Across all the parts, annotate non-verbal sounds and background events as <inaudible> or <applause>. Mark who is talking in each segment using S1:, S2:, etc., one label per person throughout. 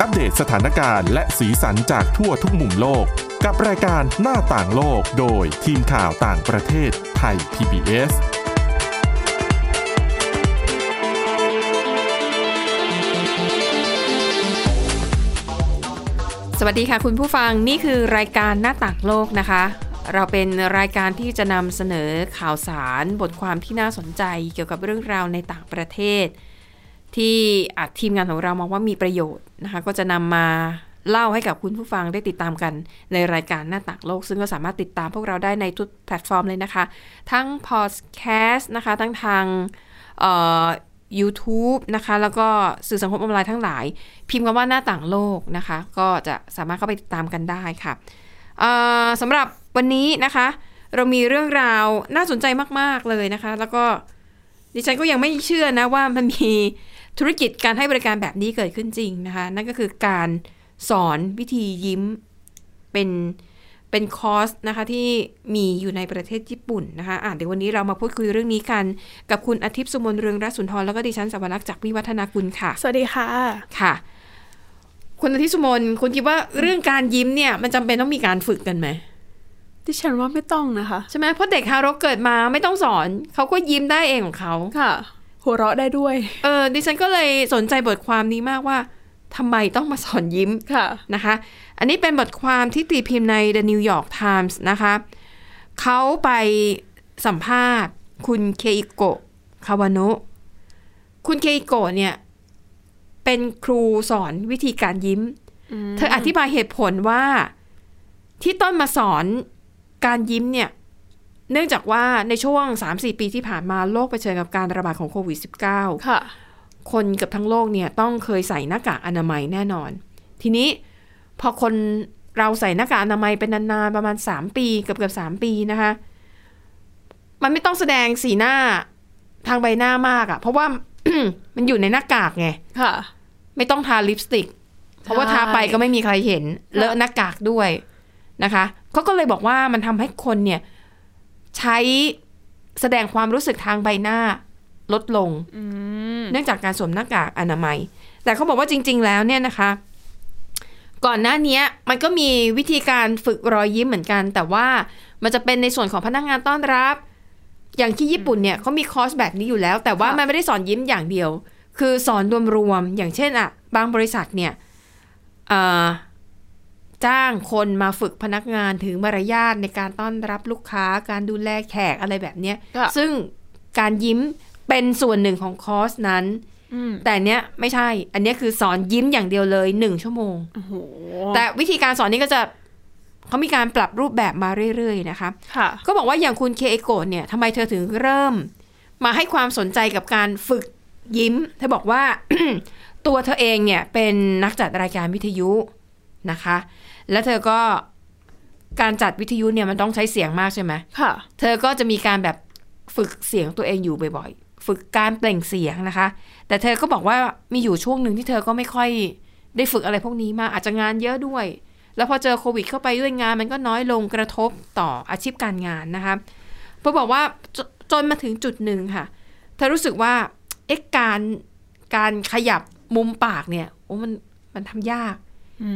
S1: อัปเดตสถานการณ์และสีสันจากทั่วทุกมุมโลก กับรายการหน้าต่างโลกโดยทีมข่าวต่างประเทศไทย PBS
S2: สวัสดีค่ะคุณผู้ฟังนี่คือรายการหน้าต่างโลกนะคะ เราเป็นรายการที่จะนำเสนอข่าวสารบทความที่น่าสนใจเกี่ยวกับเรื่องราวในต่างประเทศ ที่อาจทีมงานของเรามองว่ามีประโยชน์นะคะ ก็จะนำมาเล่าให้กับคุณผู้ฟังได้ติดตามกันในรายการหน้าต่างโลก ซึ่งก็สามารถติดตามพวกเราได้ในทุกแพลตฟอร์มเลยนะคะ ทั้งพอดแคสต์นะคะ ทั้งทางเอ่อ YouTube นะคะ แล้วก็สื่อสังคมออนไลน์ทั้งหลาย พิมพ์คำว่าหน้าต่างโลกนะคะ ก็จะสามารถเข้าไปติดตามกันได้ค่ะเอ่อสำหรับวันนี้นะคะ เรามีเรื่องราวน่าสนใจมาก ๆ เลยนะคะ แล้วก็ดิฉันก็ยังไม่เชื่อนะว่ามันมีธุรกิจการให้บริการแบบนี้เกิดขึ้นจริงนะคะ นั่นก็คือการสอนวิธียิ้มเป็นเป็นคอร์สนะคะที่มีอยู่ในประเทศญี่ปุ่นนะคะอ่ะเดี๋ยววันนี้เรามาพูดคุยเรื่องนี้กัน กับคุณอาทิตย์สุมนเรืองรัศนทรแล้วก็ดิฉันสวรักษ์จากวิวัฒนาคุณค่ะ
S3: สวัสดีค่ะ
S2: ค่ะ คุณอาทิตย์สุมนคุณคิดว่าเรื่องการยิ้มเนี่ย มันจำเป็นต้องมีการฝึกกันไหม
S3: ดิฉันว่าไม่ต้องนะคะ
S2: ใช่ไหมเพราะเด็กทารกเกิดมาไม่ต้องสอน เขาก็ยิ้มได้เองของเขา
S3: ค่ะ หัวเราะได้ด้วย
S2: เออดิฉันก็เลยสนใจบทความนี้มากว่าทำไมต้องมาสอนยิ้ม
S3: ค่ะ
S2: นะคะ อันนี้เป็นบทความที่ตีพิมพ์ใน The New York Times นะคะเขาไปสัมภาษณ์ คุณเคอิโกะคาวานุ คุณเคอิโกะเนี่ย เป็นครูสอนวิธีการยิ้ม เธออธิบายเหตุผลว่าที่ต้นมาสอนการยิ้มเนี่ย เนื่องจากว่าในช่วง 3-4 ปีที่ผ่านมาโลกเผชิญกับการระบาดของโควิด -19
S3: ค่ะ
S2: คนเกับทั้งโลกเนี่ยต้องเคยใส่หน้ากากอนามัยแน่นอน ทีนี้พอคนเราใส่หน้ากากอนามัยเป็นนานๆ ประมาณ 3 ปีเกือบเกือบสามปีนะคะ มันไม่ต้องแสดงสีหน้าทางใบหน้ามากอะเพราะว่า <coughs> มันอยู่ในหน้ากากไง
S3: ค่ะ
S2: ไม่ต้องทาลิปสติก เพราะว่าทาไปก็ไม่มีใครเห็น เลอะหน้ากากด้วยนะคะเขาก็เลยบอกว่ามันทำให้คนเนี่ย ใช้แสดงความรู้สึกทางใบหน้าลดลง เนื่องจากการสวมหน้ากากอนามัย แต่เขาบอกว่าจริง ๆ แล้วเนี่ยนะคะ ก่อนหน้าเนี้ยมันก็มีวิธีการฝึกรอยยิ้มเหมือนกัน แต่ว่ามันจะเป็นในส่วนของพนักงานต้อนรับ อย่างที่ญี่ปุ่นเนี่ยเขามีคอร์สแบบนี้อยู่แล้ว แต่ว่า
S3: ค่ะ
S2: มันไม่ได้สอนยิ้มอย่างเดียว คือสอนรวมๆอย่างเช่นอะบางบริษัทเนี่ยเอ่อจ้างคนมาฝึกพนักงานถึงมารยาทในการต้อนรับลูกค้า การดูแลแขกอะไรแบบเนี้ย
S3: ค่ะ
S2: ซึ่งการยิ้มเป็นส่วนหนึ่งของคอร์สนั้น
S3: อืม
S2: แต่อันเนี้ยไม่ใช่ อันเนี้ยคือสอนยิ้มอย่างเดียวเลยหนึ่งชั่วโมง
S3: โอ้โห
S2: แต่วิธีการสอนนี้ก็จะเขามีการปรับรูปแบบมาเรื่อยๆนะคะ
S3: ค่ะ
S2: ก็บอกว่าอย่างคุณเคเอโกะเนี่ยทำไมเธอถึงเริ่ม มาให้ความสนใจกับการฝึกยิ้ม เธอบอกว่า <clears throat> ตัวเธอเองเนี่ยเป็นนักจัดรายการวิทยุนะคะ และเธอก็การจัดวิทยุเนี่ยมันต้องใช้เสียงมากใช่ไหม
S3: ค่ะ
S2: เธอก็จะมีการแบบฝึกเสียงตัวเองอยู่บ่อยๆ ฝึกการเปล่งเสียงนะคะ แต่เธอก็บอกว่ามีอยู่ช่วงหนึ่งที่เธอก็ไม่ค่อยได้ฝึกอะไรพวกนี้มากอาจจะงานเยอะด้วย แล้วพอเจอโควิดเข้าไปด้วยงานมันก็น้อยลงกระทบต่ออาชีพการงานนะคะเธอบอกว่าจจนมาถึงจุดหนึ่งค่ะ เธอรู้สึกว่าเอ๊ะการการขยับมุมปากเนี่ยโอ้มันมันทำยาก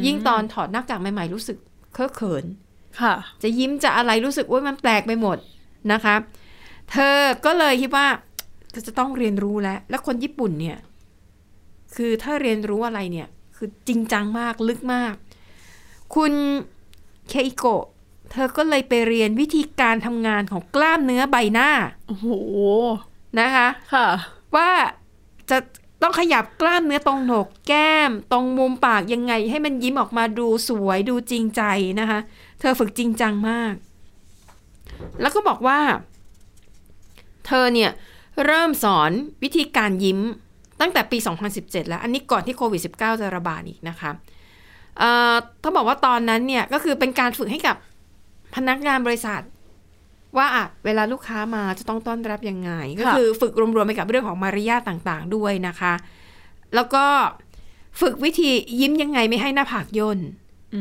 S2: ยิ่งตอนถอดหน้ากากใหม่ๆรู้สึกเคอะเขิน
S3: ค่ะ
S2: จะยิ้มจะอะไรรู้สึกว่ามันแปลกไปหมดนะคะ เธอก็เลยคิดว่าเธอจะต้องเรียนรู้แล้ว แล้วคนญี่ปุ่นเนี่ย คือถ้าเรียนรู้อะไรเนี่ย คือจริงจังมากลึกมาก คุณเคอิโกะเธอก็เลยไปเรียนวิธีการทำงานของกล้ามเนื้อใบหน้า
S3: โอ้โห
S2: นะคะ
S3: ค่ะ
S2: ว่าจะต้องขยับกล้ามเนื้อตรงโหนกแก้ม ตรงมุมปากยังไง ให้มันยิ้มออกมาดูสวยดูจริงใจนะคะ เธอฝึกจริงจังมาก แล้วก็บอกว่า เธอเนี่ย เริ่มสอนวิธีการยิ้มตั้งแต่ปี 2017 แล้ว อันนี้ก่อนที่โควิด -19 จะระบาดอีกนะคะเอ่อต้องบอกว่าตอนนั้นเนี่ย ก็คือเป็นการฝึกให้กับพนักงานบริษัท ว่าอะเวลาลูกค้ามาจะต้องต้อนรับยังไง ก็
S3: ค่ะ
S2: คือฝึกรวมๆไปกับเรื่องของมารยาทต่างๆ ด้วยนะคะ แล้วก็ฝึกวิธียิ้มยังไงไม่ให้หน้าผากย่น
S3: อื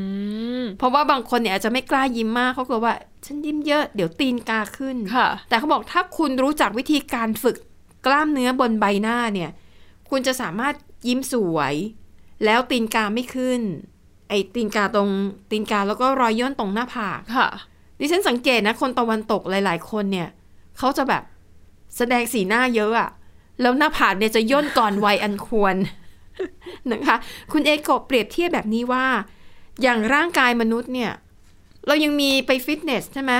S3: ม
S2: เพราะว่าบางคนเนี่ยอาจจะไม่กล้ายิ้มมากเขากลัวว่า ฉันยิ้มเยอะเดี๋ยวตีนกาขึ้น
S3: ค่ะ
S2: แต่เขาบอกถ้าคุณรู้จักวิธีการฝึกกล้ามเนื้อบนใบหน้าเนี่ย คุณจะสามารถยิ้มสวย แล้วตีนกาไม่ขึ้น ไอ้ตีนกาตรงตีนกาแล้วก็รอยย่นตรงหน้าผาก
S3: ค่ะ
S2: ดิฉันสังเกตนะ คนตะวันตกหลาย ๆ คนเนี่ยเขาจะแบบแสดงสีหน้าเยอะอะแล้วหน้าผากเนี่ยจะย่นก่อนวัยอันควร <laughs> นะคะ คุณเอกโกะเปรียบเทียบแบบนี้ว่า อย่างร่างกายมนุษย์เนี่ย เรายังมีไปฟิตเนสใช่ไหม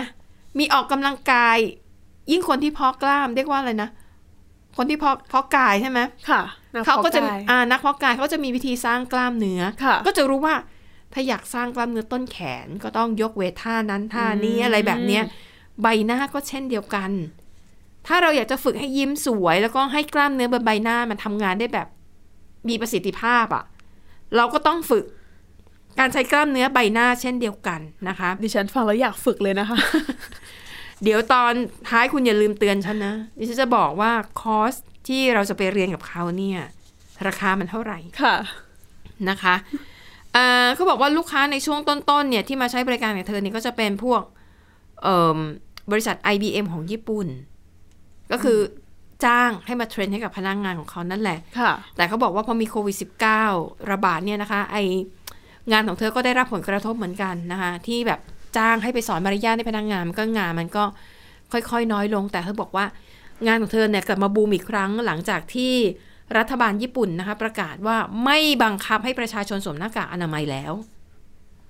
S2: มีออกกำลังกาย ยิ่งคนที่เพาะกล้ามเรียกว่าอะไรนะ คนที่เพาะเพาะกายใช่ไหม
S3: ค่ะ
S2: เขาก็จะ
S3: นัพอได้
S2: อ่านักเพาะกายเขาก็จะมีวิธีสร้างกล้ามเนื้อ
S3: ค่ะ
S2: ก็จะรู้ว่าถ้าอยากสร้างกล้ามเนื้อต้นแขนก็ต้องยกเวทท่านั้นท่านี้
S3: อืม
S2: อะไรแบบเนี้ยใบหน้าก็เช่นเดียวกัน ถ้าเราอยากจะฝึกให้ยิ้มสวย แล้วก็ให้กล้ามเนื้อบนใบหน้ามันทำงานได้แบบมีประสิทธิภาพอะ่ะ เราก็ต้องฝึกการใช้กล้ามเนื้อใบหน้าเช่นเดียวกันนะคะ
S3: ดิฉันฟังแล้วอยากฝึกเลยนะคะ
S2: เดี๋ยวตอนท้ายคุณอย่าลืมเตือนฉันนะดิฉันจะบอกว่าคอร์สที่เราจะไปเรียนกับเขาเนี่ย ราคามันเท่าไหร่
S3: ค่ะ
S2: นะคะ <laughs> เอ่อเขาบอกว่าลูกค้าในช่วงต้นๆเนี่ยที่มาใช้บริการกับเธอเนี่ยก็จะเป็นพวกเอิ่มบริษัท IBM ของญี่ปุ่น ก็คือจ้างให้มาเทรนให้กับพนักงานของเขานั่นแหละ
S3: ค่ะ
S2: แต่เขาบอกว่าพอมีโควิด -19 ระบาดเนี่ยนะคะไองานของเธอก็ได้รับผลกระทบเหมือนกันนะคะที่แบบจ้างให้ไปสอนมารยาทให้พนักงานมันก็งานมันก็ค่อยๆ น้อยลง แต่เธอบอกว่างานของเธอเนี่ยกลับมาบูมอีกครั้งหลังจากที่รัฐบาลญี่ปุ่นนะคะประกาศว่าไม่บังคับให้ประชาชนสวมหน้ากากอนามัยแล้ว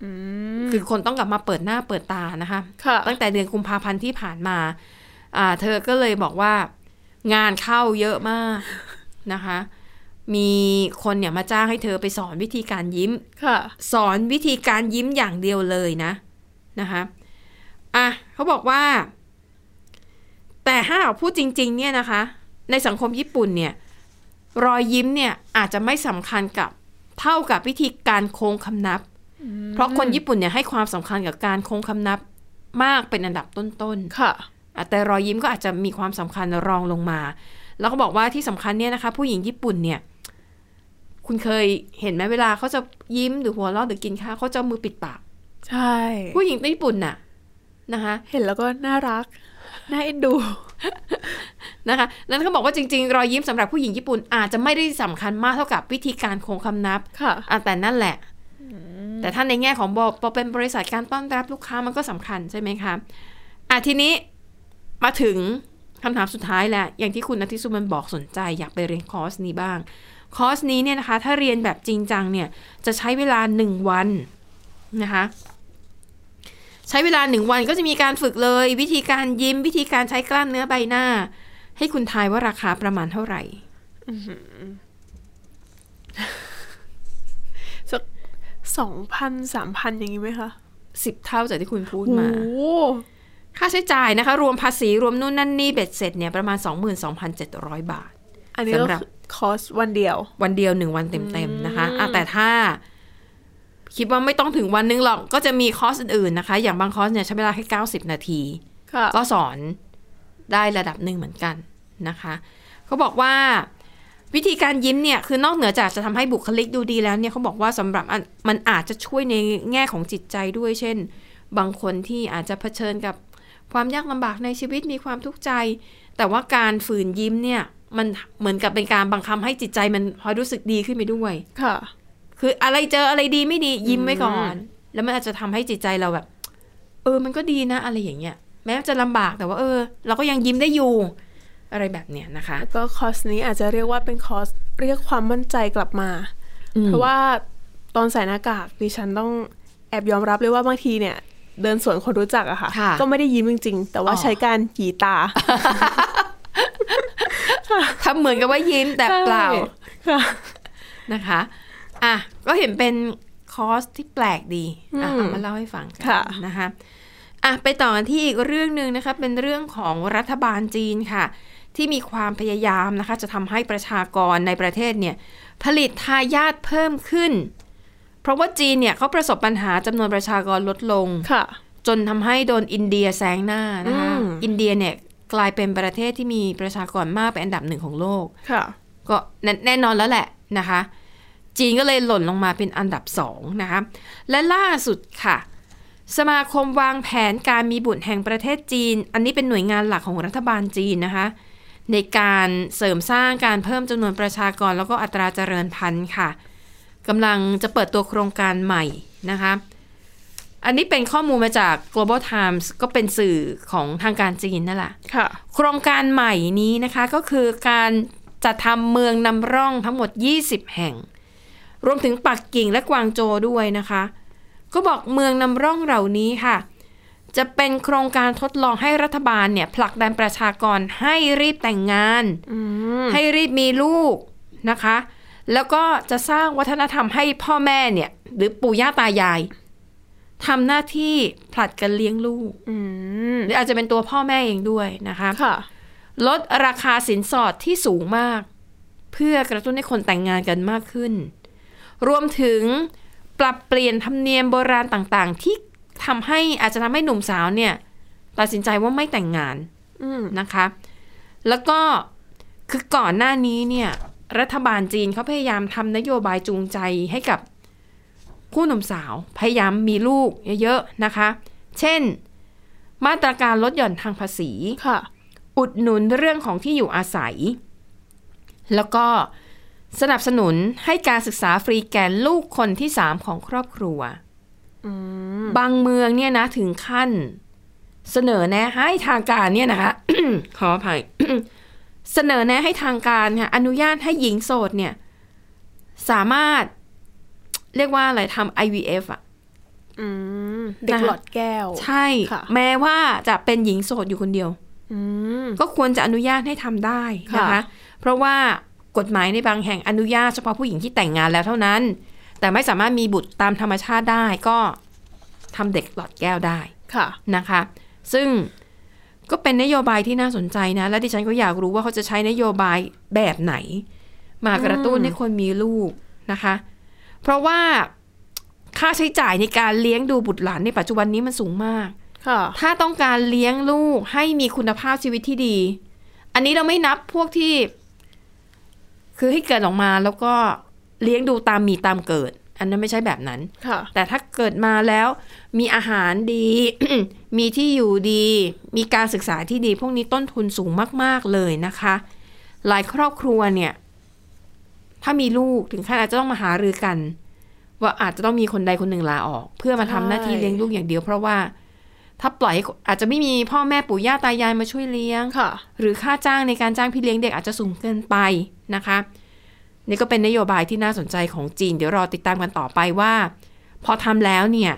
S3: อืม
S2: คือคนต้องกลับมาเปิดหน้าเปิดตานะคะ
S3: ค่ะ
S2: ตั้งแต่เดือนกุมภาพันธ์ที่ผ่านมาอ่าเธอก็เลยบอกว่างานเข้าเยอะมากนะคะ มีคนเนี่ยมาจ้างให้เธอไปสอนวิธีการยิ้ม
S3: ค่ะ
S2: สอนวิธีการยิ้มอย่างเดียวเลยนะนะคะอ่ะเขาบอกว่า แต่ถ้าเราพูดจริง ๆ เนี่ยนะคะ ในสังคมญี่ปุ่นเนี่ย รอยยิ้มเนี่ยอาจจะไม่สำคัญกับเท่ากับวิธีการโค้งคำนับ เพราะคนญี่ปุ่นเนี่ยให้ความสำคัญกับการโค้งคำนับมากเป็นอันดับต้นๆ
S3: ค่ะ
S2: อ่ะแต่รอยยิ้มก็อาจจะมีความสำคัญรองลงมา แล้วก็บอกว่าที่สำคัญเนี่ยนะคะ ผู้หญิงญี่ปุ่นเนี่ย คุณเคยเห็นไหมเวลาเขาจะยิ้มหรือหัวเราะหรือกินข้าวเขาจะเอามือปิดปาก
S3: ใช่
S2: ผู้หญิงญี่ปุ่นน่ะนะคะ
S3: เห็นแล้วก็น่ารัก น่าเอ็นดู
S2: นะคะนั้นเขาบอกว่าจริง ๆ รอยยิ้มสำหรับผู้หญิงญี่ปุ่นอาจจะไม่ได้สำคัญมากเท่ากับวิธีการโคงคำนับ
S3: ค่ะ
S2: อ่ะแต่นั่นแหละ แต่ถ้าในแง่ของบอพอเป็นบริษัทการต้อนรับลูกค้ามันก็สำคัญใช่ไหมคะอ่ะทีนี้มาถึงคำถามสุดท้ายแหละ อย่างที่คุณอาทิตย์สุมันบอกสนใจ อยากไปเรียนคอร์สนี้บ้าง คอร์สนี้เนี่ยนะคะ ถ้าเรียนแบบจริงจังเนี่ย จะใช้เวลาหนึ่งวันนะคะ ใช้เวลาหนึ่งวันก็จะมีการฝึกเลย วิธีการยิ้มวิธีการใช้กล้ามเนื้อใบหน้า ให้คุณทายว่าราคาประมาณเท่าไหร่
S3: สักสองพันสามพันอย่างนี้ไหมคะ
S2: สิบเท่าจากที่คุณพูด
S3: โอ้
S2: มา ค่าใช้จ่ายนะคะ รวมภาษีรวมนู่นนั่นนี่เบ็ดเสร็จเนี่ยประมาณ 22,700 บาท
S3: อันนี้ก็
S2: สำหรับ
S3: คือคอร์สวันเดียว
S2: วันเดียวหนึ่งวันเต็มๆนะคะอ่ะแต่ถ้า คิดว่าไม่ต้องถึงวันนึงหรอก ก็จะมีคอร์สอื่นๆนะคะ อย่างบางคอร์สเนี่ยใช้เวลาแค่ 90 นาที
S3: ค่ะ
S2: ก็สอนได้ระดับหนึ่งเหมือนกันนะคะเขาบอกว่าวิธีการยิ้มเนี่ย คือนอกเหนือจากจะทำให้บุคลิกดูดีแล้วเนี่ยเขาบอกว่าสำหรับอันมันอาจจะช่วยในแง่ของจิตใจด้วย เช่น บางคนที่อาจจะเผชิญกับความยากลำบากในชีวิตมีความทุกข์ใจ แต่ว่าการฝืนยิ้มเนี่ย มันเหมือนกับเป็นการบังคับให้จิตใจมันพอรู้สึกดีขึ้นไปด้วย
S3: ค่ะ
S2: คืออะไรเจออะไรดีไม่ดียิ้มไว้ก่อน แล้วมันอาจจะทำให้จิตใจเราแบบ เออมันก็ดีนะ อะไรอย่างเงี้ยแม้จะลำบากแต่ว่าเออ เราก็ยังยิ้มได้อยู่ อะไรแบบเนี้ยนะคะ
S3: แล้วก็คอร์สนี้อาจจะเรียกว่าเป็นคอร์สเรียกความมั่นใจกลับมา เพราะว่าตอนใส่หน้ากากดิฉันต้องแอบยอมรับเลยว่าบางทีเนี่ย เดินสวนคนรู้จักอะค่ะ
S2: ค่ะ
S3: ก็ไม่ได้ยิ้มจริง ๆ แต่ว่า
S2: อ๋อ
S3: ใช้การหยีตา
S2: ทำเหมือนกับว่ายิ้มแต่เปล่า
S3: ใช่ค่ะ
S2: นะคะ อ่ะ ก็เห็นเป็นคอร์สที่แปลกดี อ่ะ
S3: อืม
S2: เอามาเล่าให้ฟังกั
S3: ค่ะ
S2: นะคะ อ่ะ ไปต่อกันที่อีกเรื่องหนึ่งนะคะ เป็นเรื่องของรัฐบาลจีนค่ะ ที่มีความพยายามนะคะ จะทำให้ประชากรในประเทศเนี่ย ผลิตทายาทเพิ่มขึ้น เพราะว่าจีนเนี่ยเขาประสบปัญหาจำนวนประชากรลดลง
S3: ค่ะ
S2: จนทำให้โดนอินเดียแซงหน้านะคะ
S3: อืม
S2: อินเดียเนี่ยกลายเป็นประเทศที่มีประชากรมากเป็นอันดับหนึ่งของโลก
S3: ค่ะ
S2: ก็แนแน่นอนแล้วแหละนะคะ จีนก็เลยหล่นลงมาเป็นอันดับสองนะคะ และล่าสุดค่ะ สมาคมวางแผนการมีบุตรแห่งประเทศจีน อันนี้เป็นหน่วยงานหลักของรัฐบาลจีนนะคะ ในการเสริมสร้างการเพิ่มจำนวนประชากรแล้วก็อัตราเจริญพันธุ์ค่ะ กำลังจะเปิดตัวโครงการใหม่นะคะ อันนี้เป็นข้อมูลมาจาก Global Times ก็เป็นสื่อของทางการจีนนั่นแหละ
S3: ค่ะ
S2: โครงการใหม่นี้นะคะก็คือการจัดทำเมืองนำร่องทั้งหมด 20 แห่ง รวมถึงปักกิ่งและกวางโจวด้วยนะคะ ก็บอกเมืองนำร่องเหล่านี้ค่ะ จะเป็นโครงการทดลองให้รัฐบาลเนี่ยผลักดันประชากรให้รีบแต่งงาน
S3: อืม
S2: ให้รีบมีลูกนะคะ แล้วก็จะสร้างวัฒนธรรมให้พ่อแม่เนี่ยหรือปู่ย่าตายายทำหน้าที่ผลัดกันเลี้ยงลูก
S3: อืม
S2: หรืออาจจะเป็นตัวพ่อแม่เองด้วยนะคะ
S3: ค่ะ
S2: ลดราคาสินสอดที่สูงมาก เพื่อกระตุ้นให้คนแต่งงานกันมากขึ้น รวมถึงปรับเปลี่ยนธรรมเนียมโบราณต่างๆ ที่ทำให้อาจจะทำให้หนุ่มสาวเนี่ยตัดสินใจว่าไม่แต่งงาน
S3: อืม
S2: นะคะ แล้วก็คือก่อนหน้านี้เนี่ยรัฐบาลจีนเขาพยายามทำนโยบายจูงใจให้กับคู่หนุ่มสาวพยายามมีลูกเยอะๆนะคะ เช่น มาตรการลดหย่อนทางภาษี
S3: ค่ะ
S2: อุดหนุนเรื่องของที่อยู่อาศัย แล้วก็สนับสนุนให้การศึกษาฟรีแก่ลูกคนที่ 3 ของครอบครัว
S3: อืม
S2: บางเมืองเนี่ยนะถึงขั้น เสนอแนะให้ทางการเนี่ยนะคะ <coughs> ขออภัย <coughs> เสนอแนะให้ทางการค่ะอนุญาตให้หญิงโสดเนี่ย สามารถ เรียกว่าอะไรทำ IVF อ่ะ
S3: อืมเด็ก
S2: นะคะ
S3: หลอดแก้ว
S2: ใช่
S3: ค่ะ
S2: แม้ว่าจะเป็นหญิงโสดอยู่คนเดียว
S3: อืม
S2: ก็ควรจะอนุญาตให้ทำได้นะคะ
S3: ค่ะ
S2: เพราะว่ากฎหมายในบางแห่งอนุญาตเฉพาะผู้หญิงที่แต่งงานแล้วเท่านั้น แต่ไม่สามารถมีบุตรตามธรรมชาติได้ก็ทำเด็กหลอดแก้วได้
S3: ค่ะ
S2: นะคะ ซึ่งก็เป็นนโยบายที่น่าสนใจนะ และดิฉันก็อยากรู้ว่าเขาจะใช้นโยบายแบบไหน มากระตุ้นให้คนมีลูกนะคะ เพราะว่าค่าใช้จ่ายในการเลี้ยงดูบุตรหลานในปัจจุบันนี้มันสูงมาก
S3: ค่ะ
S2: ถ้าต้องการเลี้ยงลูกให้มีคุณภาพชีวิตที่ดี อันนี้เราไม่นับพวกที่ คือให้เกิดออกมาแล้วก็เลี้ยงดูตามมีตามเกิด อันนั้นไม่ใช่แบบนั้น
S3: ค่ะ
S2: แต่ถ้าเกิดมาแล้วมีอาหารดี <clears throat> มีที่อยู่ดี มีการศึกษาที่ดี พวกนี้ต้นทุนสูงมาก ๆ เลยนะคะ หลายครอบครัวเนี่ย ถ้ามีลูกถึงขั้นอาจจะต้องมาหารือกัน ว่าอาจจะต้องมีคนใดคนหนึ่งลาออก เพื่อมาทำหน้าที่
S3: ใช่
S2: เลี้ยงลูกอย่างเดียว เพราะว่าถ้าปล่อยให้อาจจะไม่มีพ่อแม่ปู่ย่าตายายมาช่วยเลี้ยง
S3: ค่ะ
S2: หรือค่าจ้างในการจ้างพี่เลี้ยงเด็กอาจจะสูงเกินไปนะคะ นี่ก็เป็นนโยบายที่น่าสนใจของจีน เดี๋ยวรอติดตามกันต่อไปว่า พอทำแล้วเนี่ย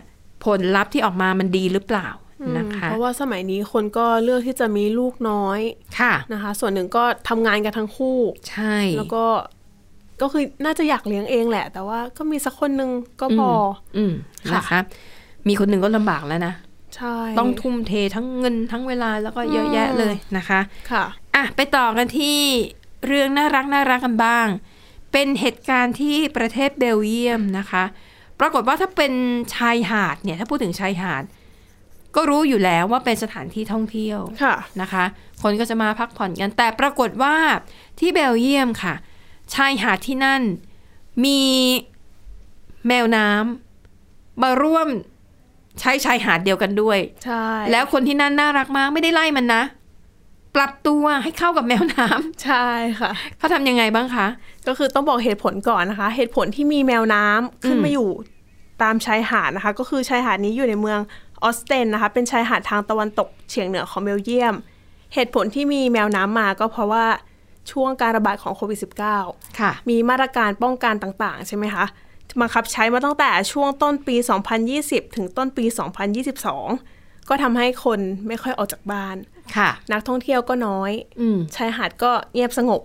S2: ผลลัพธ์ที่ออกมามันดีหรือเปล่า
S3: อืม
S2: นะคะ
S3: เพราะว่าสมัยนี้คนก็เลือกที่จะมีลูกน้อย
S2: ค่ะ
S3: นะคะ ส่วนหนึ่งก็ทำงานกันทั้งคู่
S2: ใช่
S3: แล้วก็ก็คือน่าจะอยากเลี้ยงเองแหละ แต่ว่าก็มีสักคนหนึ่งก็พออ
S2: อืม
S3: ค่ะ
S2: นะคะ มีคนหนึ่งก็ลำบากแล้วนะ
S3: ใช่
S2: ต้องทุ่มเททั้งเงินทั้งเวลาแล้วก็เยอะแยะเลยนะคะ
S3: ค่ะ
S2: อ่ะไปต่อกันที่เรื่องน่ารักน่ารักกันบ้าง เป็นเหตุการณ์ที่ประเทศเบลเยียมนะคะ ปรากฏว่าถ้าเป็นชายหาดเนี่ยถ้าพูดถึงชายหาด ก็รู้อยู่แล้วว่าเป็นสถานที่ท่องเที่ยว
S3: ค่ะ
S2: นะคะ คนก็จะมาพักผ่อนกัน แต่ปรากฏว่าที่เบลเยียมค่ะ ชายหาดที่นั่นมีแมวน้ำมาร่วมใช้ชายหาดเดียวกันด้วย
S3: ใช่
S2: แล้วคนที่นั่นน่ารักมากไม่ได้ไล่มันนะ ปรับตัวให้เข้ากับแมวน้ำ
S3: ใช่ค่ะ
S2: เขาทำ <laughs> ยังไงบ้างคะ
S3: ก็คือต้องบอกเหตุผลก่อนนะคะ เหตุผลที่มีแมวน้ำขึ้น
S2: อืม
S3: มาอยู่ตามชายหาดนะคะ ก็คือชายหาดนี้อยู่ในเมืองออสเตนนะคะ เป็นชายหาดทางตะวันตกเฉียงเหนือของเบลเยียม เหตุผลที่มีแมวน้ำมาก็เพราะว่าช่วงการระบาดของโควิด -19
S2: ค่ะ
S3: มีมาตรการป้องกันต่างๆ ใช่ไหมคะบังคับใช้มาตั้งแต่ช่วงต้นปี 2020 ถึงต้นปี 2022 ก็ทำให้คนไม่ค่อยออกจากบ้าน
S2: ค่ะ
S3: นักท่องเที่ยวก็น้อย
S2: อืม
S3: ชายหาดก็เงียบสงบ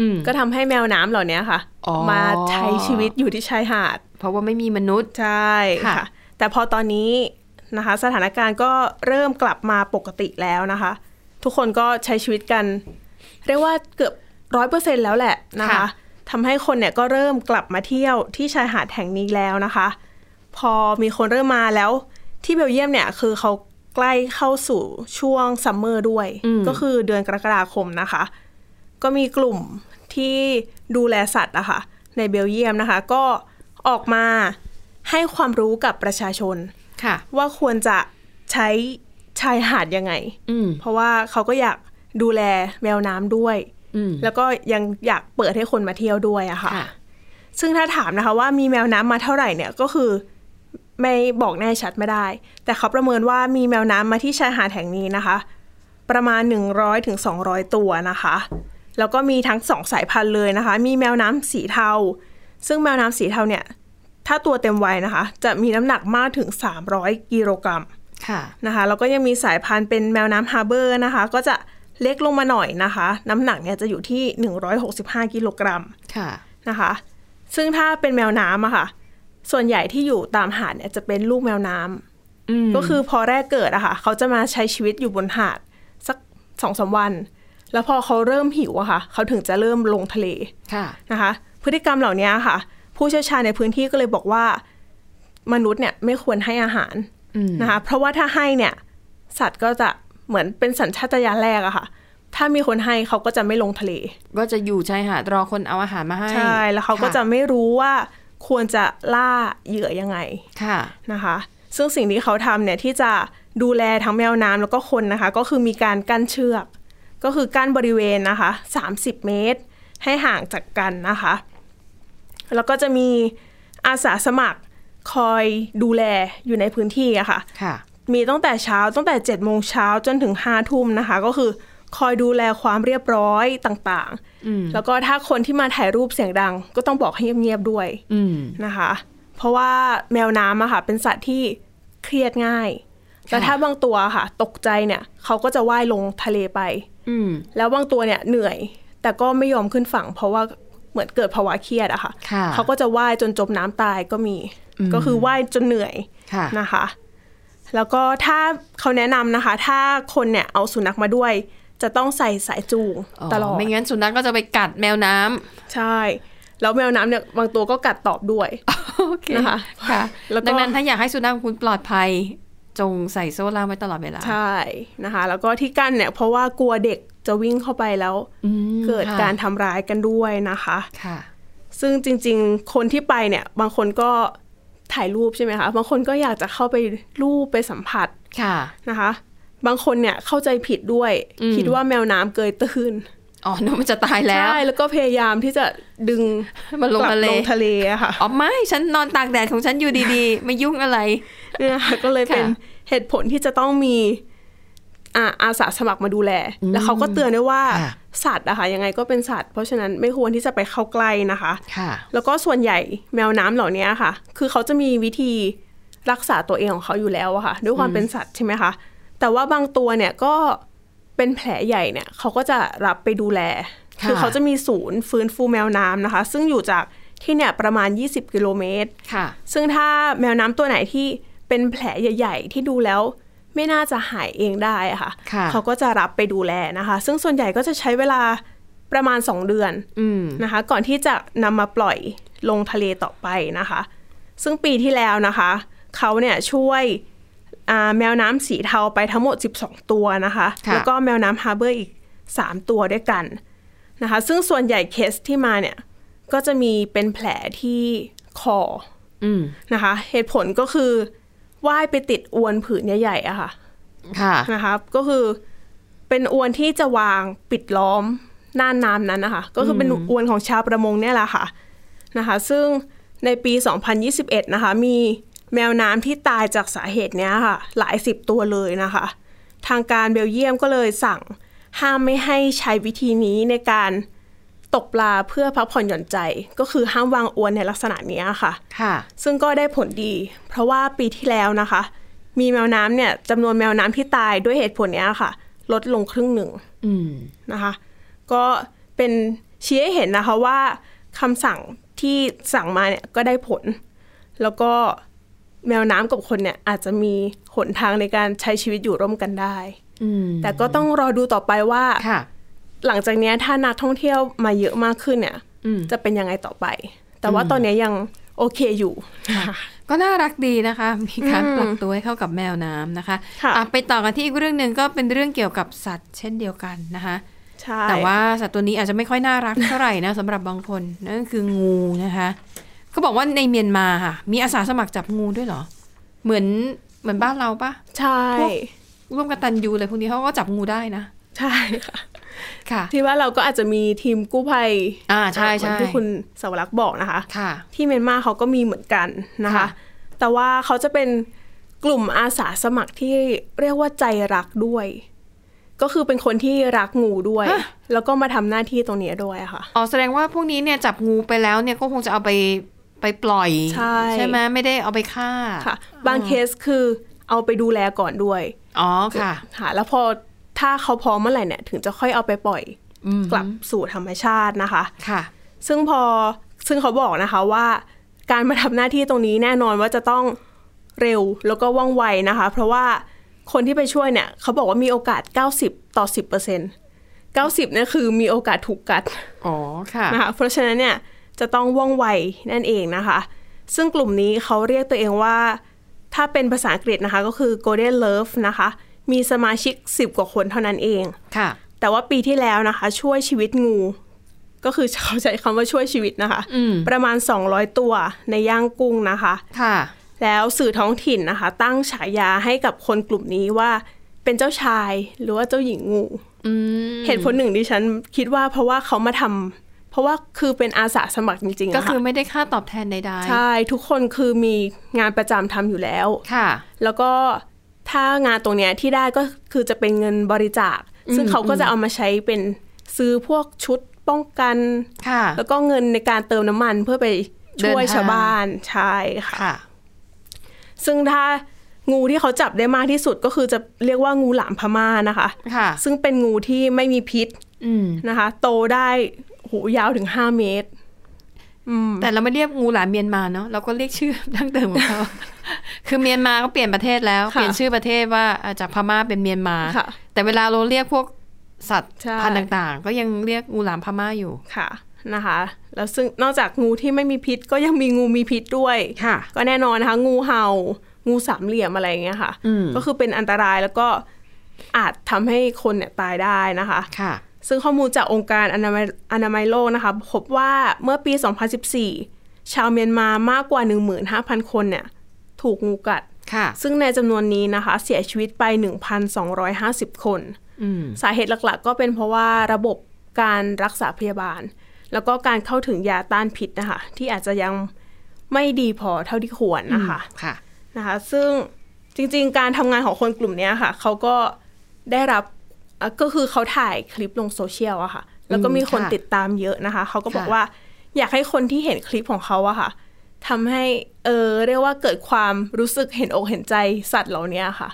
S2: อืม
S3: ก็ทำให้แมวน้ำเหล่านี้ค่ะ
S2: อ๋อ
S3: มาใช้ชีวิตอยู่ที่ชายหาด
S2: เพราะว่าไม่มีมนุษย์
S3: ใช่ค่ะ
S2: ค่ะ
S3: แต่พอตอนนี้นะคะ สถานการณ์ก็เริ่มกลับมาปกติแล้วนะคะ ทุกคนก็ใช้ชีวิตกัน เรียกว่าเกือบร้อยเปอร์เซ็นแล้วแหละนะคะ
S2: ค่ะ
S3: ทำให้คนเนี่ยก็เริ่มกลับมาเที่ยวที่ชายหาดแห่งนี้แล้วนะคะ พอมีคนเริ่มมาแล้วที่เบลเยียมเนี่ยคือเขาใกล้เข้าสู่ช่วงซัมเมอร์ด้วย ก็คือเดือนกรกฎาคมนะคะ ก็มีกลุ่มที่ดูแลสัตว์นะคะในเบลเยียมนะคะ ก็ออกมาให้ความรู้กับประชาชน
S2: ค่ะ
S3: ว่าควรจะใช้ชายหาดยังไง
S2: อืม
S3: เพราะว่าเขาก็อยากดูแลแมวน้ำด้วย
S2: อืม
S3: แล้วก็ยังอยากเปิดให้คนมาเที่ยวด้วยอะค่ะ
S2: ค่ะ
S3: ซึ่งถ้าถามนะคะว่ามีแมวน้ำมาเท่าไหร่เนี่ยก็คือไม่บอกแน่ชัดไม่ได้ แต่เขาประเมินว่ามีแมวน้ำมาที่ชายหาดแห่งนี้นะคะ ประมาณ 100-200ถึง200 ตัวนะคะ แล้วก็มีทั้งสองสายพันธุ์เลยนะคะ มีแมวน้ำสีเทา ซึ่งแมวน้ำสีเทาเนี่ย ถ้าตัวเต็มวัยนะคะ จะมีน้ำหนักมากถึง 300 กิโลกรัม
S2: ค่ะ
S3: นะคะแล้วก็ยังมีสายพันธุ์เป็นแมวน้ำฮาร์เบอร์นะคะ ก็จะเล็กลงมาหน่อยนะคะ น้ำหนักเนี่ยจะอยู่ที่ 165 กิโลกรัม
S2: ค่ะ
S3: นะคะ ซึ่งถ้าเป็นแมวน้ำอะค่ะ ส่วนใหญ่ที่อยู่ตามหาดเนี่ยจะเป็นลูกแมวน้
S2: อืม
S3: ำก็คือพอแรกเกิดอะค่ะ เขาจะมาใช้ชีวิตอยู่บนหาดสักสองสามวัน แล้วพอเขาเริ่มหิวอะค่ะ เขาถึงจะเริ่มลงทะเล
S2: ค่ะ
S3: นะคะ พฤติกรรมเหล่านี้ค่ะ ผู้เชี่ยวชาญในพื้นที่ก็เลยบอกว่า มนุษย์เนี่ยไม่ควรให้อาหาร
S2: อืม
S3: นะคะ เพราะว่าถ้าให้เนี่ย สัตว์ก็จะเหมือนเป็นสัญชาตญาณแรกอะค่ะ ถ้ามีคนให้เขาก็จะไม่ลงทะเล
S2: ก็จะอยู่ชายหาดรอคนเอาอาหารมาให้
S3: ใช่แล้วเขาก็จะไม่รู้ว่าควรจะล่าเหยื่อยังไง
S2: ค่ะ
S3: นะคะ ซึ่งสิ่งที่เขาทำเนี่ยที่จะดูแลทั้งแมวน้ำแล้วก็คนนะคะ ก็คือมีการกั้นเชือก ก็คือกั้นบริเวณนะคะ 30 เมตร ให้ห่างจากกันนะคะ แล้วก็จะมีอาสาสมัครคอยดูแลอยู่ในพื้นที่อะค่ะ
S2: ค่ะ
S3: มีตั้งแต่เช้าตั้งแต่7จ็ดโมงเช้าจนถึง5้าทุ่มนะคะ ก็คือคอยดูแลความเรียบร้อยต่างๆ แล้วก็ถ้าคนที่มาถ่ายรูปเสียงดัง ก็ต้องบอกให้เงียบๆด้วย
S2: อืม
S3: นะคะ เพราะว่าแมวน้ำอะค่ะ เป็นสัตว์ที่เครียดง่าย แต่ถ้าบางตัวค่ะ ตกใจเนี่ยเขาก็จะว่ายลงทะเลไป
S2: อืม
S3: แล้วบางตัวเนี่ยเหนื่อย แต่ก็ไม่ยอมขึ้นฝั่ง เพราะว่าเหมือนเกิดภาวะเครียดอะค่ะ
S2: ค่ะ
S3: เขาก็จะว่ายจนจมน้ำตายก็มี ก็คือว่ายจนเหนื่อย
S2: ค่ะ
S3: นะคะ แล้วก็ถ้าเขาแนะนำนะคะ ถ้าคนเนี่ยเอาสุนัขมาด้วย จะต้องใส่สายจูงตลอด
S2: ไม่งั้นสุนัขก็จะไปกัดแมวน้ำ
S3: ใช่ แล้วแมวน้ำเนี่ยบางตัวก็กัดตอบด้วย
S2: <laughs> โอเค
S3: นะคะ
S2: ค่ะ
S3: แล้วก็
S2: ดังนั้นถ้าอยากให้สุนัขของคุณปลอดภัย จงใส่โซ่ล่ามไว้ตลอดเวลา
S3: ใช่นะคะ แล้วก็ที่กั้นเนี่ยเพราะว่ากลัวเด็กจะวิ่งเข้าไปแล้ว
S2: อืม
S3: เกิด
S2: ค่ะ
S3: การทำร้ายกันด้วยนะคะ
S2: ค่ะ
S3: ซึ่งจริงๆ คนที่ไปเนี่ย บางคนก็ถ่ายรูปใช่ไหมคะ บางคนก็อยากจะเข้าไปรูปไปสัมผัส
S2: ค่ะ
S3: นะคะ บางคนเนี่ยเข้าใจผิดด้วย
S2: อืม
S3: คิดว่าแมวน้ำเกยตื้น
S2: อ๋อ <laughs> นึกว่ามันจะตายแล้ว
S3: ใช่ แล้วก็พยายามที่จะดึง
S2: มันลง
S3: กบ
S2: ทะเล
S3: ลงทะเลอะค่ะ
S2: อ๋อไม่ฉันนอนตากแดดของฉันอยู่ดี
S3: <laughs>
S2: ๆ ไม่ยุ่งอะไร
S3: เนี่ยนะคะก็เลยเป็น
S2: ค่ะ
S3: เหตุผลที่จะต้องมีอาอาสาสมัครมาดูแล แล้วเขาก็เตือนด้วยว่าสัตว์อะค่ะยังไงก็เป็นสัตว์ เพราะฉะนั้นไม่ควรที่จะไปเข้าใกล้นะคะ
S2: ค่ะ
S3: แล้วก็ส่วนใหญ่แมวน้ำเหล่านี้ค่ะ คือเขาจะมีวิธีรักษาตัวเองของเขาอยู่แล้วอะค่ะ ด้วยความเป็นสัตว์ใช่ไหมคะ แต่ว่าบางตัวเนี่ยก็เป็นแผลใหญ่เนี่ยเขาก็จะรับไปดูแล
S2: ค่ะ
S3: คือเขาจะมีศูนย์ฟื้นฟูแมวน้ำนะคะ ซึ่งอยู่จากที่เนี่ยประมาณ 20 กิโลเมตร
S2: ค่ะ
S3: ซึ่งถ้าแมวน้ำตัวไหนที่เป็นแผลใหญ่ๆ ที่ดูแล้วไม่น่าจะหายเองได้อะค่ะ
S2: ค่ะ
S3: เขาก็จะรับไปดูแลนะคะ ซึ่งส่วนใหญ่ก็จะใช้เวลาประมาณ 2 เดือน
S2: อืม
S3: นะคะก่อนที่จะนำมาปล่อยลงทะเลต่อไปนะคะ ซึ่งปีที่แล้วนะคะ เขาเนี่ยช่วยอ่าแมวน้ำสีเทาไปทั้งหมด 12 ตัวนะคะ
S2: ค่ะ
S3: แล้วก็แมวน้ำฮาร์เบอร์อีก 3 ตัวด้วยกันนะคะ ซึ่งส่วนใหญ่เคสที่มาเนี่ย ก็จะมีเป็นแผลที่คอ
S2: อืม
S3: นะคะ เหตุผลก็คือว่ายไปติดอวนผืนใหญ่ๆอะค่ะ
S2: ค่ะ
S3: นะคะก็คือเป็นอวนที่จะวางปิดล้อมน่านน้ำนั้นนะคะ ก็คือเป็นอวนของชาวประมงเนี่ยแหละค่ะนะคะ ซึ่งในปี 2021 นะคะ มีแมวน้ำที่ตายจากสาเหตุเนี้ยค่ะ หลายสิบตัวเลยนะคะ ทางการเบลเยียมก็เลยสั่งห้ามไม่ให้ใช้วิธีนี้ในการตกปลาเพื่อพักผ่อนหย่อนใจ ก็คือห้ามวางอวนในลักษณะเนี้ยค่ะ
S2: ค่ะ
S3: ซึ่งก็ได้ผลดี เพราะว่าปีที่แล้วนะคะ มีแมวน้ำเนี่ยจำนวนแมวน้ำที่ตายด้วยเหตุผลเนี้ยค่ะ ลดลงครึ่งหนึ่ง
S2: อืม
S3: นะคะ ก็เป็นชี้ให้เห็นนะคะว่าคำสั่งที่สั่งมาเนี่ยก็ได้ผล แล้วก็แมวน้ำกับคนเนี่ยอาจจะมีหนทางในการใช้ชีวิตอยู่ร่วมกันได้
S2: อืม
S3: แต่ก็ต้องรอดูต่อไปว่า
S2: ค่ะ
S3: หลังจากเนี้ยถ้านักท่องเที่ยวมาเยอะมากขึ้นเนี่ยจะเป็นยังไงต่อไป แต่ว่าตอนเนี้ยยังโอเคอยู่นะคะ
S2: ก็น่ารักดีนะคะ มีการปรับตัวให้เข้ากับแมวน้ำนะคะ
S3: ค่ะ
S2: อ่ไปต่อกันที่อีกเรื่องหนึ่งก็เป็นเรื่องเกี่ยวกับสัตว์ เช่นเดียวกันนะคะ
S3: ใช่
S2: แต่ว่าสัตว์ตัวนี้อาจจะไม่ค่อยน่ารัก เท่าไหร่นะสำ <laughs> หรับบางคนนั่นคืองูนะคะเขาบอกว่าในเมียนมาค่ะ มีอาสาสมัครจับงูด้วยเหรอ เหมือนเหมือนบ้านเราปะ
S3: ใช่
S2: พวก ร่วมกันตันยูเลยพวกนี้เขาก็จับงูได้นะ
S3: ใช่ค่ะ <laughs>
S2: ค่ะ
S3: ที่ว่าเราก็อาจจะมีทีมกู้ภัย
S2: อ่าใช่
S3: เหมื
S2: ใช่
S3: นที่คุณสวรักษ์บอกนะคะ
S2: ค่ะ
S3: ที่เมียนมาเขาก็มีเหมือนกันนะคะ
S2: ค่ะ
S3: แต่ว่าเขาจะเป็นกลุ่มอาสาสมัครที่เรียกว่าใจรักด้วย ก็คือเป็นคนที่รักงูด้วย แล้วก็มาทำหน้าที่ตรงนี้ด้วยอะค่ะ
S2: อ๋อแสดงว่าพวกนี้เนี่ยจับงูไปแล้วเนี่ยก็คงจะเอาไปไปปล่อย
S3: ใช่
S2: ไหมไม่ได้เอาไปฆ่า
S3: ค่ะ บางเคสคือเอาไปดูแลก่อนด้วย
S2: อ๋อค่ะ
S3: ค่ะแล้วพอถ้าเขาพร้อมเมื่อไหร่เนี่ยถึงจะค่อยเอาไปปล่อย
S2: อืม
S3: กลับสู่ธรรมชาตินะคะ
S2: ค่ะ
S3: ซึ่งพอซึ่งเขาบอกนะคะว่า การมาทำหน้าที่ตรงนี้แน่นอนว่าจะต้องเร็วแล้วก็ว่องไวนะคะ เพราะว่าคนที่ไปช่วยเนี่ยเขาบอกว่ามีโอกาส 90 ต่อ 10เปอร์เซ็นต์90เนี่ยคือมีโอกาสถูกกัด
S2: อ๋อค่ะ
S3: นะคะเพราะฉะนั้นเนี่ยจะต้องว่องไวนั่นเองนะคะ ซึ่งกลุ่มนี้เขาเรียกตัวเองว่า ถ้าเป็นภาษาอังกฤษนะคะก็คือ Golden Love นะคะ มีสมาชิก 10 กว่าคนเท่านั้นเอง
S2: ค่ะ
S3: แต่ว่าปีที่แล้วนะคะ ช่วยชีวิตงู ก็คือ <laughs> เขาใช้คำว่าช่วยชีวิตนะคะ
S2: อืม
S3: ประมาณ 200 ตัวในย่างกุ้งนะคะ
S2: ค่ะ
S3: แล้วสื่อท้องถิ่นนะคะ ตั้งฉายาให้กับคนกลุ่มนี้ว่าเป็นเจ้าชายหรือว่าเจ้าหญิงงู
S2: อืม
S3: เหตุผลหนึ่งดิฉันคิดว่าเพราะว่าเขามาทำเพราะว่าคือเป็นอาสาสมัครจริงๆ
S2: ก็
S3: อะ
S2: คือ
S3: ค่ะ
S2: ไม่ได้ค่าตอบแทนใดๆ
S3: ใช่ทุกคนคือมีงานประจำทำอยู่แล้ว
S2: ค่ะ
S3: แล้วก็ถ้างานตรงเนี้ยที่ได้ก็คือจะเป็นเงินบริจาค ซึ่งเขาก็จะเอามาใช้เป็นซื้อพวกชุดป้องกัน
S2: ค่ะ
S3: แล้วก็เงินในการเติมน้ำมันเพื่อไปช่วย
S2: เดินทาง
S3: ชาวบ้านใช่ค่ะ
S2: ค่ะ
S3: ซึ่งถ้างูที่เขาจับได้มากที่สุดก็คือจะเรียกว่างูหลามพม่านะคะ
S2: ค่ะ
S3: ซึ่งเป็นงูที่ไม่มีพิษ
S2: อืม
S3: นะคะโตได้โหยาวถึง 5 เมตร
S2: แต่เราไม่เรียกงูหลามเมียนมาเนาะเราก็เรียกชื่อดั้งเดิมของ
S3: <laughs>
S2: เขา คือเมียนมาก็เปลี่ยนประเทศแล้ว
S3: ค่ะ
S2: เปลี่ยนชื่อประเทศว่าอ่าจากพม่าเป็นเมียนมา
S3: ค่ะ
S2: แต่เวลาเราเรียกพวกสัตว์
S3: ใช่
S2: พันธุ์ต่างๆ ก็ยังเรียกงูหลามพม่าอยู่
S3: ค่ะนะคะ แล้วซึ่งนอกจากงูที่ไม่มีพิษก็ยังมีงูมีพิษด้วย
S2: ค่ะ
S3: ก็แน่นอนนะคะ งูเห่า งูสามเหลี่ยมอะไรอย่างเงี้ยค่ะ
S2: อืม
S3: ก็คือเป็นอันตรายแล้วก็อาจทำให้คนเนี่ยตายได้นะคะ
S2: ค่ะ
S3: ซึ่งข้อมูลจากองค์การอนามัยอนามัยโลกนะคะ พบว่าเมื่อปี 2014 ชาวเมียนมามากกว่า 15,000 คนเนี่ย ถูกงูกัด
S2: ค่ะ
S3: ซึ่งในจำนวนนี้นะคะ เสียชีวิตไป 1,250 คน
S2: อืม
S3: สาเหตุหลักๆ ก็เป็นเพราะว่าระบบการรักษาพยาบาล แล้วก็การเข้าถึงยาต้านพิษนะคะ ที่อาจจะยังไม่ดีพอเท่าที่ควรนะคะ
S2: ค่ะ
S3: นะคะ ซึ่งจริงๆ การทำงานของคนกลุ่มเนี้ยค่ะเขาก็ได้รับอ่ะก็คือเขาถ่ายคลิปลงโซเชียลอะค่ะ แล้วก็มีคน
S2: ค่ะ
S3: ติดตามเยอะนะคะเขาก็บอก
S2: ค่ะ
S3: ว่าอยากให้คนที่เห็นคลิปของเขาอะค่ะทำให้เออเรียกว่าเกิดความรู้สึกเห็นอกเห็นใจสัตว์เหล่าเนี้ยค่ะ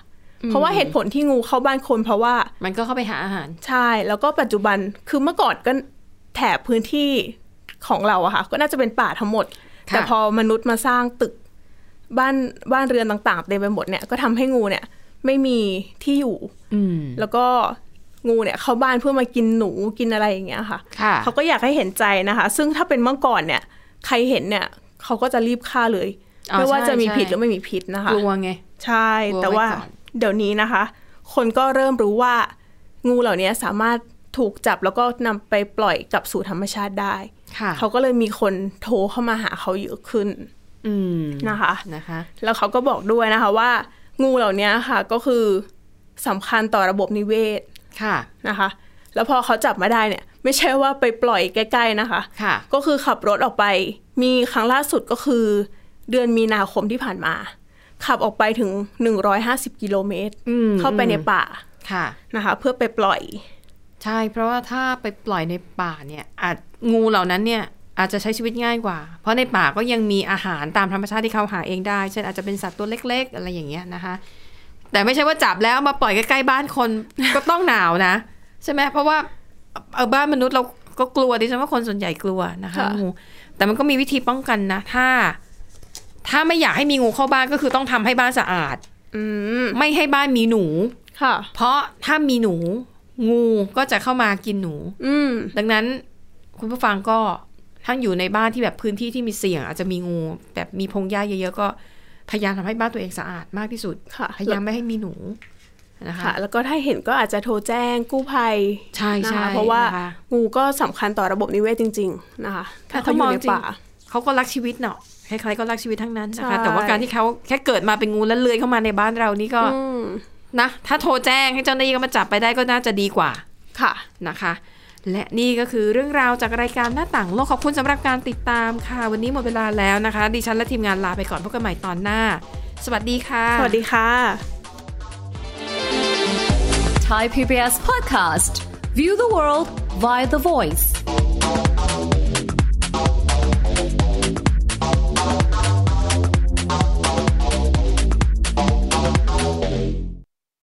S3: เพราะว่าเหตุผลที่งูเข้าบ้านคนเพราะว่า
S2: มันก็เข้าไปหาอาหาร
S3: ใช่ แล้วก็ปัจจุบันคือเมื่อก่อนก็แถบพื้นที่ของเราอะค่ะ ก็น่าจะเป็นป่าทั้งหมด
S2: ค่ะ
S3: แต่พอมนุษย์มาสร้างตึกบ้านบ้านเรือนต่างๆเต็มไปหมดเนี่ยก็ทำให้งูเนี่ยไม่มีที่อยู่
S2: อืม
S3: แล้วก็งูเนี่ยเข้าบ้านเพื่อมากินหนูกินอะไรอย่างเงี้ยค่ะ
S2: ค่ะ
S3: เขาก็อยากให้เห็นใจนะคะ ซึ่งถ้าเป็นเมื่อก่อนเนี่ย ใครเห็นเนี่ยเขาก็จะรีบฆ่าเลย
S2: อ๋อ
S3: ไม่ว่า
S2: ใช่
S3: จะมี
S2: ใช่
S3: ผิดหรือไม่มีพิษนะคะ
S2: กลัวไง
S3: ใช่
S2: กลัวไว้
S3: แต่ว่า
S2: ก่อน
S3: เดี๋ยวนี้นะคะ คนก็เริ่มรู้ว่า งูเหล่านี้สามารถถูกจับแล้วก็นำไปปล่อยกลับสู่ธรรมชาติได้
S2: ค่ะ
S3: เขาก็เลยมีคนโทรเข้ามาหาเขาเยอะขึ้น
S2: อืม
S3: นะคะ
S2: นะคะ
S3: แล้วเขาก็บอกด้วยนะคะว่า งูเหล่านี้ค่ะก็คือสำคัญต่อระบบนิเวศ
S2: ค่ะ
S3: นะคะ แล้วพอเขาจับมาได้เนี่ย ไม่ใช่ว่าไปปล่อยใกล้ๆนะคะ
S2: ค่ะ
S3: ก็คือขับรถออกไป มีครั้งล่าสุดก็คือ เดือนมีนาคมที่ผ่านมา ขับออกไปถึง 150 กิโลเมตร
S2: อืม
S3: เข้าไปในป่า
S2: ค่ะ
S3: นะคะ เพื่อไปปล่อย
S2: ใช่ เพราะว่าถ้าไปปล่อยในป่าเนี่ย อาจงูเหล่านั้นเนี่ย อาจจะใช้ชีวิตง่ายกว่า เพราะในป่าก็ยังมีอาหารตามธรรมชาติที่เขาหาเองได้ เช่นอาจจะเป็นสัตว์ตัวเล็ก ๆ อะไรอย่างเงี้ยนะคะ แต่ไม่ใช่ว่าจับแล้วเอามาปล่อยใกล้ๆบ้านคน <laughs> ก็ต้องหนาวนะ ใช่ไหมเพราะว่าเออบ้านมนุษย์เราก็กลัวดิฉันว่าคนส่วนใหญ่กลัวนะคะ
S3: ค่ะ
S2: งูแต่มันก็มีวิธีป้องกันนะ ถ้า ถ้าไม่อยากให้มีงูเข้าบ้านก็คือต้องทำให้บ้านสะอาด
S3: อืม
S2: ไม่ให้บ้านมีหนู
S3: ค่ะ
S2: เพราะถ้ามีหนู งูก็จะเข้ามากินหนู
S3: อืม
S2: ดังนั้นคุณผู้ฟังก็ถ้าอยู่ในบ้านที่แบบพื้นที่ที่มีเสี่ยง อาจจะมีงูแบบมีพงหญ้าเยอะๆก็พยายามทำให้บ้านตัวเองสะอาดมากที่สุด
S3: ค่ะ
S2: พยายามไม่ให้มีหนูนะคะ
S3: ค่ะ แล้วก็ถ้าเห็นก็อาจจะโทรแจ้งกู้ภัย
S2: ใช่
S3: นะ
S2: ใช่
S3: คะเพราะว่า
S2: ค
S3: งูก็สำคัญต่อระบบนิเวศจริง ๆ นะคะ ถ้า
S2: ถ้า
S3: เขา
S2: ถ้าม
S3: อยู่
S2: อง
S3: ใน
S2: จริง
S3: ป่า
S2: เขาก็รักชีวิตเนาะใครๆก็รักชีวิตทั้งนั้นนะคะ
S3: ใช่
S2: แต่ว่าการที่เขาแค่เกิดมาเป็นงูแล้วเลื้อยเข้ามาในบ้านเรานี่ก็
S3: อืม
S2: นะ ถ้าโทรแจ้งให้เจ้าหน้าที่ก็มาจับไปได้ก็น่าจะดีกว่า
S3: ค่ะ
S2: นะคะ และนี่ก็คือเรื่องราวจากรายการหน้าต่างโลกขอบคุณสำหรับการติดตามค่ะ วันนี้หมดเวลาแล้วนะคะ ดิฉันและทีมงานลาไปก่อนพบกันใหม่ตอนหน้า สวัสดีค่ะ
S3: สวัสดีค่ะ
S4: Thai PBS podcast. View the world via the voice.